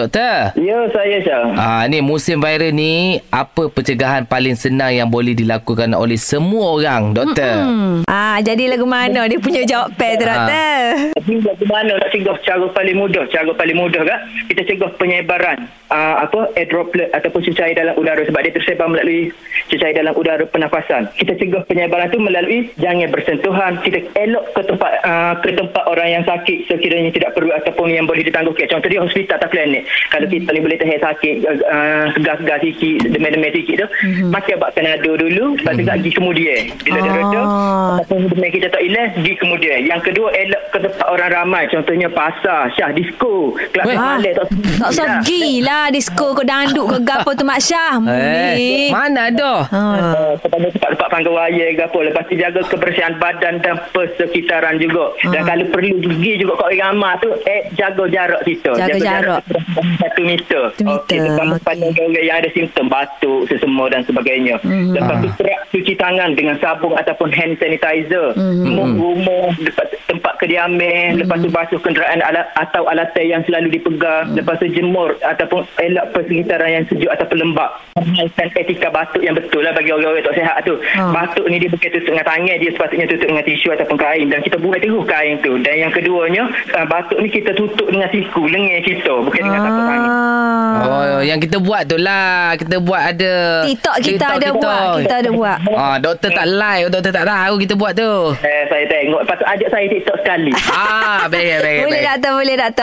Doktor. Ya, saya Syah. Ah ni musim viral ni apa pencegahan paling senang yang boleh dilakukan oleh semua orang doktor? Mm-hmm. Ah, jadi lagu mana dia punya jawab pair tu, Ah. Doktor? Tapi macam mana nak cegah cara paling mudah? Cara paling mudah kan? Kita cegah penyebaran uh, apa air droplet ataupun cecair dalam udara sebab dia tersebar melalui cecair dalam udara pernafasan. Kita cegah penyebaran tu melalui jangan bersentuhan. Kita elok ke tempat uh, ke tempat orang yang sakit sekiranya tidak perlu ataupun yang boleh ditangguhkan. Contoh dia hospital atau klinik. Kalau kita ni boleh terhad sakit, uh, segar-segar sikit, demam-demam sikit tu, mm-hmm. makan buat kenado dulu, lepas tu mm-hmm. pergi kemudian. Bila dah reda, Ah. Ataupun Demam kita tak hilang Pergi kemudian Yang kedua Elok ke tempat orang ramai Contohnya pasar Syah disco Kelab Weh. Ah, malam tak usah pergi lah disco ke danduk ke gapo tu Mak Syah. Eh, Mulik. mana dah? Ha. Uh, kepada tempat-tempat panggang wayar ke apa lepas tu jaga kebersihan badan dan persekitaran juga Hmm. dan kalau perlu pergi juga kat orang ramai tu eh jaga jarak kita Jaga jarak. satu meter Satu meter, Okey, terutama okey. pada orang yang ada simptom batuk sesama dan sebagainya Mhm. lepas tu Ah. kerap cuci tangan dengan sabun ataupun hand sanitizer rumah rumah lepas tu tempat kediaman lepas tu basuh kenderaan ala, atau alatan yang selalu dipegang lepas tu jemur ataupun elak persekitaran yang sejuk ataupun lembap dan etika batuk yang betul lah bagi orang-orang yang tak sihat tu Ah. batuk ni dia bukan tutup dengan tangan dia sepatutnya tutup dengan tisu ataupun kain dan kita buat terus kain tu dan yang keduanya uh, batuk ni kita tutup dengan siku lengan kita bukan dengan tapak tangan Ah. Oh, yang kita buat tu lah. Kita buat ada TikTok kita ada buat, kita ada buat. Ah, doktor tak live, doktor tak tahu kita buat tu. eh, saya tengok lepas tu ajak saya TikTok sekali Ah, baik baik. Boleh lah baik. Doktor, boleh Doktor.